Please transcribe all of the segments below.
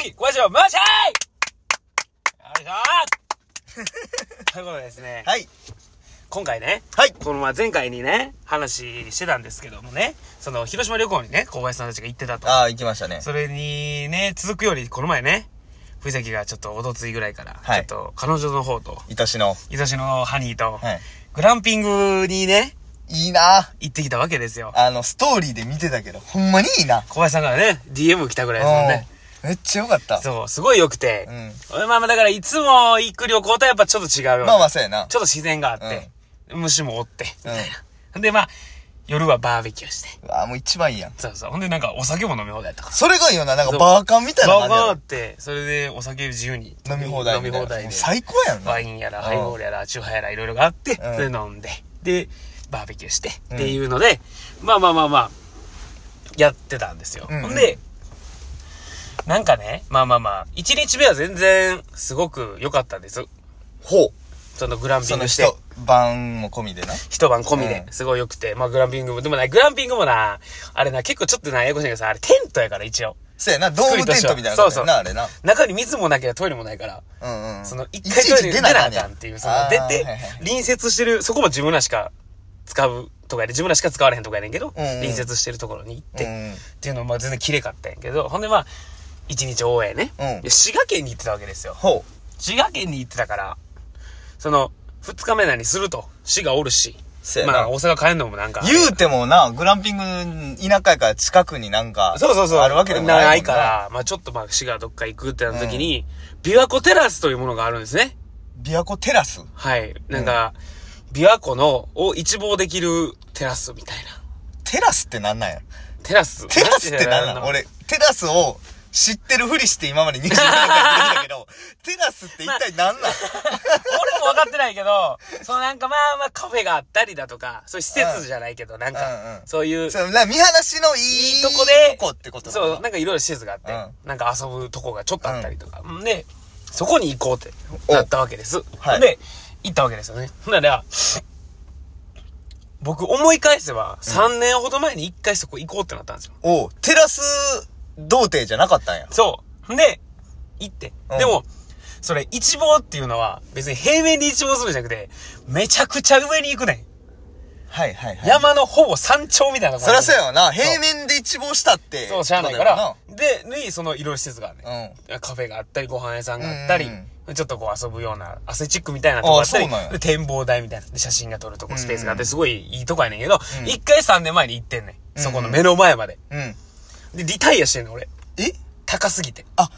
いご視聴マシャーいよいしょということでですね、はい。今回ね、はい。このまあ前回にね、話してたんですけどもね、その広島旅行にね、小林さんたちが行ってたと。ああ、行きましたね。それにね、続くより、この前ね、藤崎がちょっとおとついぐらいから、はいちょっと彼女の方と、愛しの。いとしのハニーと、はい。グランピングにね、いいな行ってきたわけですよ。あの、ストーリーで見てたけど、ほんまにいいな。小林さんからね、DM 来たぐらいですもんね。うん。めっちゃよかった。そう、すごい良くてう。ん。俺まあまあだからいつも行く旅行とはやっぱちょっと違うよね。まあまあ、そうやなち。ょっと自然があって、虫もおって、みたいな。で、まあ、夜はバーベキューして。うわもう一番いいやん。そうそう。ほんでなんかお酒も飲み放題とか。それがいいよな。なんそかうバーカンみたいなバー感じやバーろって、それでお酒自由に。飲み放題飲みみたい放な。題で。最高やんな。ワインやら、ハイボールやら、チューハイやら、いろいろがあって、うんそれで飲んで、で、バーベキューして、うんっていうので、まあまあまあまあ、やってたんですよ。うんうんほんで、なんかね、まあまあまあ、1日目は全然、すごく良かったんです。ほそのグランう。ピそンのグして人、、晩も込みでな。一晩込みでう、んすごい良くて、まあグランピングも、でもね、グランピングもな、あれな、結構ちょっとな、ややこしいけどさ、あれテントやから一応。そうやな、ドームテントみたいなそう感そうじな、あれな。中に水もなければトイレもないから、うんうん。その一回トイレに出なあかんやんっていう、その出てあーはいはい、隣接してる、そこも自分らしか使うとかやで、自分らしか使われへんとかやねんけど、うんうん隣接してるところに行って、うんうんっていうのもまあ全然綺麗かったんやけど、ほんでまあ、一日応援ね、うんで滋賀県に行ってたわけですよ。ほう。滋賀県に行ってたから、その、二日目何すると、滋賀おるしせ、やなまあ大阪帰んのもなんか、言うてもな、グランピング、田舎やから近くになんか、そうそうそう。あるわけでもないもんな。から、まあちょっとまあ滋賀どっか行くってなった時に、琵琶湖テラスというものがあるんですね。琵琶湖テラスはい。なんか、琵琶湖の、を一望できるテラスみたいな。テラスってなんなんやテラス。テラスってなんなんんて俺、テラスを知ってるふりして今まで20年間やってきた けど、テラスって一体なんなん俺も分かってないけど、そのなんかまあまあカフェがあったりだとか、そういう施設じゃないけど、なんうんかう、んそういう、そのな見晴らしのいいいいとこで、とこってことそう、なんかいろいろ施設があって、うなんか遊ぶとこがちょっとあったりとか。ん、で、そこに行こうっておなったわけです。はいで、行ったわけですよね。ほんなら、僕思い返せば、3年ほど前に一回そこ行こうってなったんですよ。おうテラス童貞じゃなかったんや。そう。で、行ってう。んでも、それ、一望っていうのは、別に平面で一望するんじゃなくて、めちゃくちゃ上に行くねはいはいはん。い。山のほぼ山頂みたいなとこそりゃそうやわな。そう平面で一望したって。そう、しゃあないから。で、に、その、いろいろ施設があるうね。ん。カフェがあったり、ご飯屋さんがあったりうんうん、ちょっとこう遊ぶような、アセチックみたいなとこあったりあそうなんや、で展望台みたいな、で写真が撮るとこ、スペースがあっうんうて、んすごいいいとこやねんけど、うん一回3年前に行ってんねん。そこの目の前まで。うん。で、リタイアしてんの、俺。え高すぎて。あ、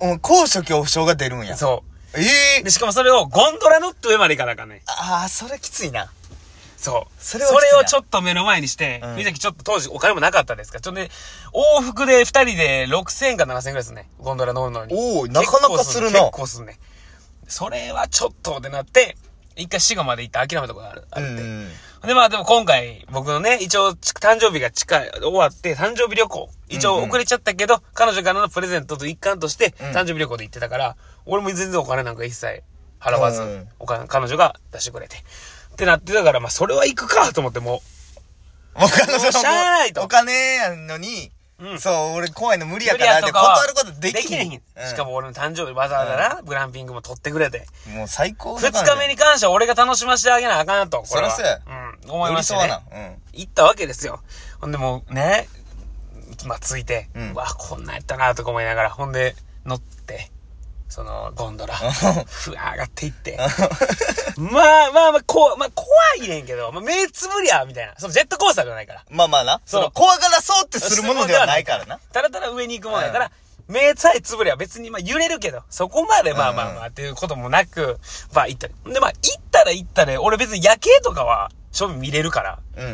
うん高所恐怖症が出るんや。そう。ええで、しかもそれをゴンドラの上まで行かなあかんねん。ああ、それきついな。そう。そそれれはきついなをちょっと目の前にして、うんみさきちょっと当時お金もなかったですから、ちょっとね、往復で二人で6000円か7000円ぐらいですね。ゴンドラ乗るのに。おーなかなかするな結構すんね。それはちょっとでなって、一回滋賀まで行って諦めたことがある。あうってん。で、まあでも今回、僕のね、一応、ち誕生日が近い、終わって、誕生日旅行。一応うんうん遅れちゃったけど、彼女からのプレゼントと一環として、うん誕生日旅行で行ってたから、俺も全然お金なんか一切払わずうん、お金、彼女が出してくれて。ってなってたから、まあそれは行くかと思って、ももう彼もう女しゃあないとお金やのに、うんそう、俺怖いの無理う、やからって断ることできでんきへんしかも、俺の誕生日わざわざな、グランピングも取ってくれて。うんもう最高二日目に、に関しては俺が楽しませてあげなあかんと。これはそらうん、思いました寄ねり。添わな。行ったわけですよ。ほんでもうね、まあ、ついて、ううんわ、こんなんやったなとか思いながら、ほんで、乗って、その、ゴンドラ、ふわー上がっていって、まあまあまあ、こう、まあ、怖いねんけど、まあ、目つぶりゃ、みたいな。そのジェットコースターじゃないから。うん。まあ まあな。そうその、怖がらそうってするものではないからな。。ただただ上に行くものやから、目さえつぶりゃ別に、まあ、揺れるけど、そこまでまあまあまあ、っていうこともなく、まあ、行ったり。で、まあ、行ったら行ったで、俺別に夜景とかは、正味見れるから、うんうんう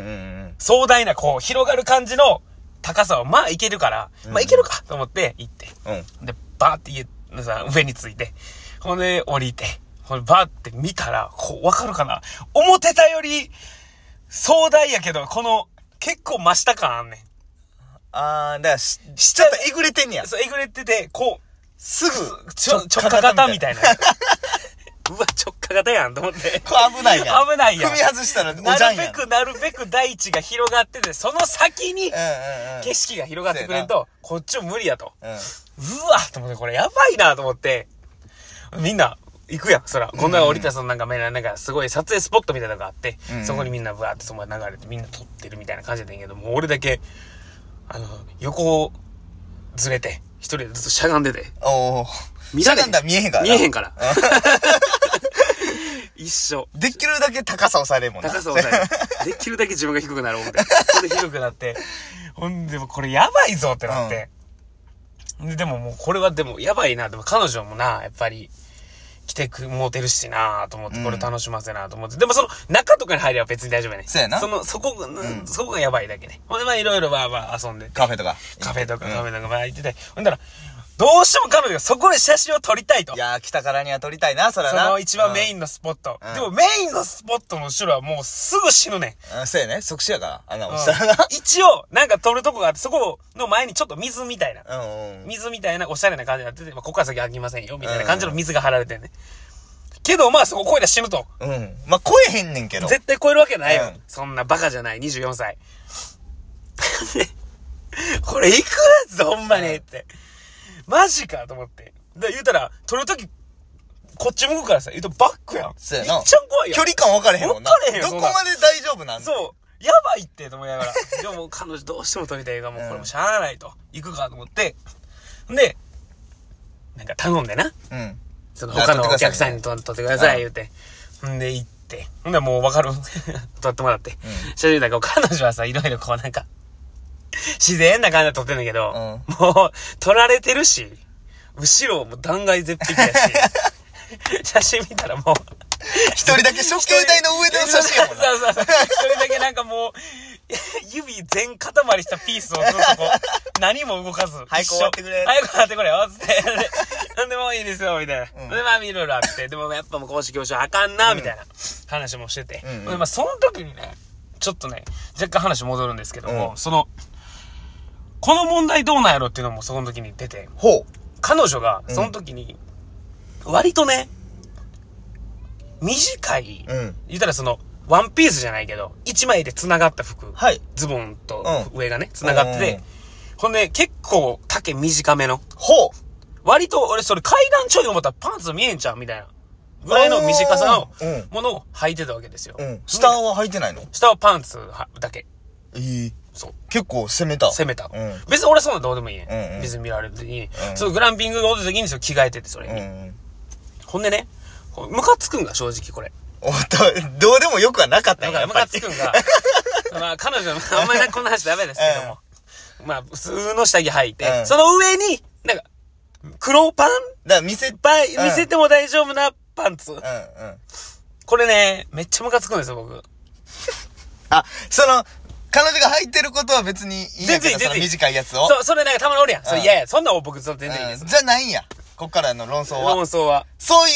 ん。壮大なこう広がる感じの高さをまあいけるから、まあいけるかと思って行って。うん。で、バーって家のさ、上について。ほんで降りて。ほんでバーって見たら、こうわかるかな思ってたより壮大やけど、この結構真下感あんねん。あー、だからし、しちょっとえぐれてんねや。そう、えぐれてて、こう、すぐ、 ちょ、直角型みたいいな。うわ、直ガタやんと思って。これ危ないやん。 危ないやん踏み外したらおじなゃんるやん。べく、なるべく大地が広がってて、その先にうんうんうん。景色が広がってくれんと、こっちも無理やと。うん。うわと思って、これやばいなと思って、みんな、行くやん、そら。こんな降りたそのなんか、なんか、すごい撮影スポットみたいなのがあって、うんそこにみんなブワーってそのまま流れて、みんな撮ってるみたいな感じだったんやけど、もう俺だけ、あの、横をずれて、一人でずっとしゃがんでて、おお。見られへん遮断だ見えへんから見な。えへんから。 一緒。できるだけ高さ抑えれんもん な。高さを抑える。できるだけ自分が低くなろうみたいな。ほんで低くなって、ほんでもうこれやばいぞってなって。で、でももうこれはでもやばいな。でも彼女もな、やっぱり、来てく、もうてるしなと思って、これ楽しませなと思って。でもその、中とかに入れば別に大丈夫やね。そうやなその、そこが、そこがやばいだけね。ほんでまあいろいろばあばあ遊んでて。カフェとか。カフェとかうんカフェとかまあ行ってて。ほんだら、どうしても彼女がそこで写真を撮りたいとい。やー、来たからには撮りたいな、そらそな。の一番メイン。ンのスポット。うんでもメインのスポットの後ろはもうすぐ死ぬねん。うん、そうやね。即死やから。あんなもんしたらな。一応、なんか撮るとこがあって、そこの前にちょっと水みたいな。うんうん。水みたいなおしゃれな感じになってて、まあ、ここから先開きませんよ、みたいな感じの水が張られてんね。けど、まあそこ超えたら死ぬと。うん。まあ、超えへんねんけど。絶対超えるわけないよ。うんそんなバカじゃない、24歳。 でこれいくらぞ、ほんまにって。マジかと思って。で、言うたら、撮るとき、こっち向くからさ、言うとバックやん。そうやなめっちゃ怖いやん距。離感分かれへんもんな。分かれへんよどそこんまなで大丈夫なんう。そう。やばいって、と思いなが ら。でももう彼女どうしても撮りたいが、もうこれもしゃあないと。行くかと思って。で、なんか頼んでな。うん。その他のあ撮おってください客さんに撮撮ってください、言うて。んで、行って。ほんで、もうわ かる。撮ってもらって。写真だけど、彼女はさ、いろいろこうなんか、自然な感じで撮ってんだけど、もう、撮られてるし、後ろも断崖絶壁や し、写真見たらもう、 一人だけ食器台の上での写真やもんな。そうそうそう。一人だけなんかもう、 指全塊したピースをずっとこ う、何も動かず。早く終わってくれ早く終わってくれよ、つって。 でなんでもういいですよ、みたいな。うんで、まあ、いろいろあって、でもやっぱもう公式教習あかんな、みたいな話もしてて。うんうんで、まあ、その時にね、ちょっとね、若干話戻るんですけども、うんその、この問題どうなんやろっていうのもその時に出て、ほ彼女がその時に、割とね、短い、う。うん。言ったらその、ワンピースじゃないけど、一枚で繋がった服。はい。ズボンとうん上がね、繋がってうてん。ほんで、結構丈短めの。ほう。割と、俺それ階段ちょい思ったらパンツ見えんちゃうみたいな。ぐらいの短さのおーうんものを履いてたわけですよ。うん。下は履いてないの下はパンツはだけ。ええ。そう。結構攻めた。攻めた。うん別に俺そんなんどうでもいいね、うんうん別に見られる時に、うんそのグランピングがおる時にそれ着替えてて、それに。うん。ほんでね、こうムカつくんが正直これ。おっと、どうでもよくはなかったなんんかややっムぱカりつくん が、まあ彼女の、あんまりこんな話ダメですけども、まあ普通の下着履いて、うんその上に、なんか、黒パンだから見せ、うん、パンうん見せても大丈夫なパンツ、うん。これね、めっちゃムカつくんですよ、僕。あ、その、彼女が履いてることは別にいいん全やけ然いい、ど、そ全の然いい。短いやつを。そう、それなんかたまにおるやん。それうん嫌や。そんなん僕、その全然いいでうすん。じゃないんや。こっからの論争論は。争は。そうい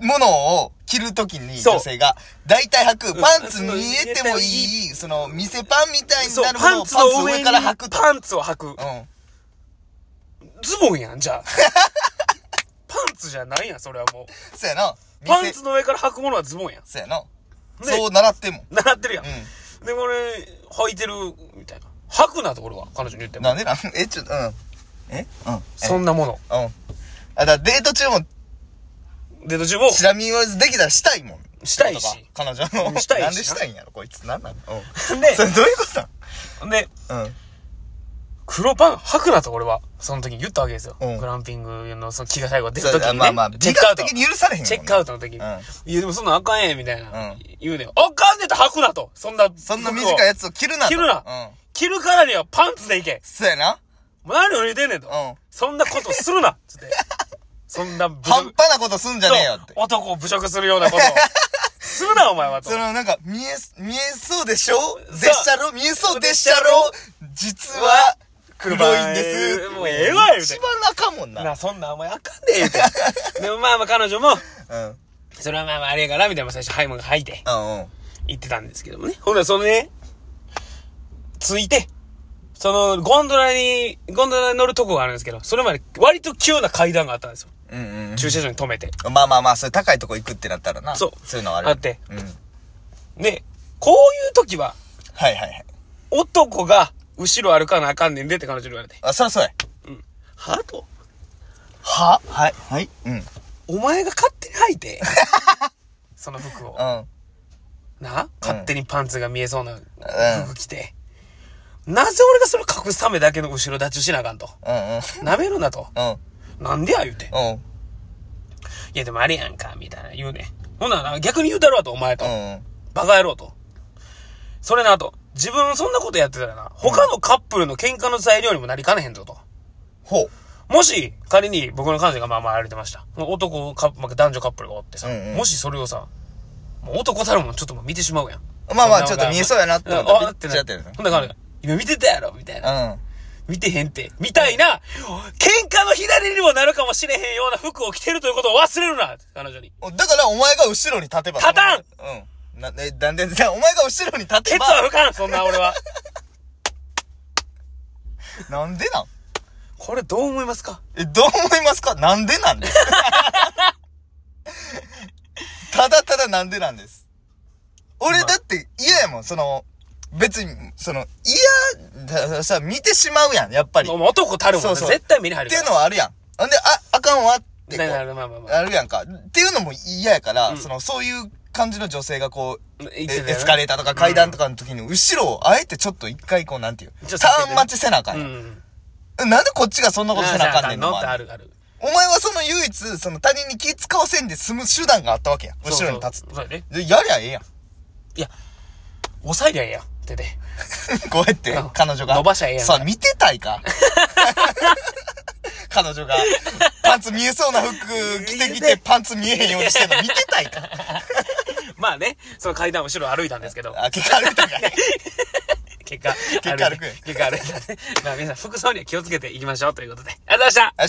うものを着るときにそう女性が、大体履く、パンツ見えてもうんいい、その、見せパンみたいにそうな、るもパのンをツパンツのを上上にから履くと。パンツを履くう。ん。ズボンやん、じ ゃあ。パンツじゃないやん、それはもう。そうやな。見パンせツの上から履くものはズボンやん。そうやな。でそう習ってんもん。習ってるやん。うで、これ、履いてる、みたいな。履くなと、俺は。彼女に言ってん。なも。んでなんえ、ちょっと、うん。えうん。そんなもの。えうん。あ、だからデート中も、デート中も、チラ見はできたらしたいもん。したいしとか彼女うんの。したいしななんでしたいんやろ、こいつ。なんなのうん。でそれどういうことなんで、うん。黒パン履くなと、俺は。その時に言ったわけですよ。うんグランピングの、その気が最後出そたう時だに、ね。まあまあ、チェ自ックアウ覚ト的。に許されへんもんな。チェックアウトの時に。うんいや、でもそんなんあかんえん、みたいな。うん言うねん。あかんねんと履くなと。そんな。そんな短いやつを着るなと。着るなうん。着るからにはパンツでいけ。そうやな。もう何を言うてんねんと。うんそんなことするな。つ って。そんな侮辱半端なことすんじゃねえよってそう。男を侮辱するような ことを。するな、お前はとそ。のなんか、見えす、見えそうでしょでっしゃろ見えそうでっしゃろ実は、黒いんです。もうええわ言うて一番あかんもんなな。あ、そんなんお前あかんで、言う て。でもまあまあ彼女も、うん。うんそれはまあまああれやから、みたいな最初ハイムが吐いてうん。行ってたんですけどもね。ほんならそのね、ついて、その、ゴンドラに、ゴンドラに乗るとこがあるんですけど、それまで割と急な階段があったんですよ。うんうん駐車場に止めて。うん。まあまあまあ、そういう高いとこ行くってなったらな。そうそういうのはある。あって。うん。はいで、こういう時は、はいはい。男が後ろ歩かなあかんねんでって彼女に言われて。あ、そらそうや。うん。はとははい。はい。うん。うおん。前が勝手に履い て。その服を。な勝手にパンツが見えそうな服着て。なぜ俺がそれ隠すためだけの後ろ立ちをしなあかんと。うんうん。なめるなと。うん。なんでや言うて。いうん。やでもあれやんか、みたいな言うねん。ほんならな逆に言うたろうと、お前と。うん。バカ野郎と。それなと。自分そんなことやってたらな、他のカップルの喧嘩の材料にもなりかねへんぞと。ほう。もし、仮に僕の彼女がまあまあ歩いてました。もう男カップ、まあ男女カップルがおってさ、うんうんもしそれをさ、もう男たるもんちょっともう見てしまうやん。まあまあそんちょっと見えそうやなって思ったらんあってな見ちゃってるほんだから、今見てたやろみたいな。うん。見てへんって。みたいな、喧嘩の左にもなるかもしれへんような服を着てるということを忘れるな彼女に。だからお前が後ろに立てば。立たんうん。な、え、なんで、 じゃあお前が後ろに立て鉄ば。は不可ん、そんな俺は。なんでなんこれどう思いますかえ、どう思いますかなんでなんです かただただなんでなんです。俺まあだって嫌やもん、その、別に、その、嫌だださ、見てしまうやん、やっぱり。っもう男たるもん、そうそう絶対目に入るてかいうら。のはあるやん。ほんで、あ、あかんわってこだかう、らまあまあまあ。あるやんか。っていうのも嫌やから、うんその、そういう感じの女性がこう、言ってたよねエスカレーターとか階段とかの時に、後ろをあえてちょっと一回こう、なんていう、ちょっとターン待ちせなあかんうやん。ん。なんでこっちがそんなことせなあかんねんののもっあてるあるある。お前はその唯一、その他人に気使わせんで済む手段があったわけや。後ろに立つそうそうそうやね。でやりゃええやん。 いや、抑えりゃええやん、手で。こうやってうん、彼女が。伸ばしゃええやんさあ、見てた いか。彼女が、パンツ見えそうな服着てきて、パンツ見えへんようにしてんの見てたいか。 まあね、その階段を後ろ歩いたんですけど、あ、結果歩いたかい。結果、結果歩くいて結果歩いたんで。まあ皆さん、服装には気をつけていきましょうということで。ありがとうございましたあ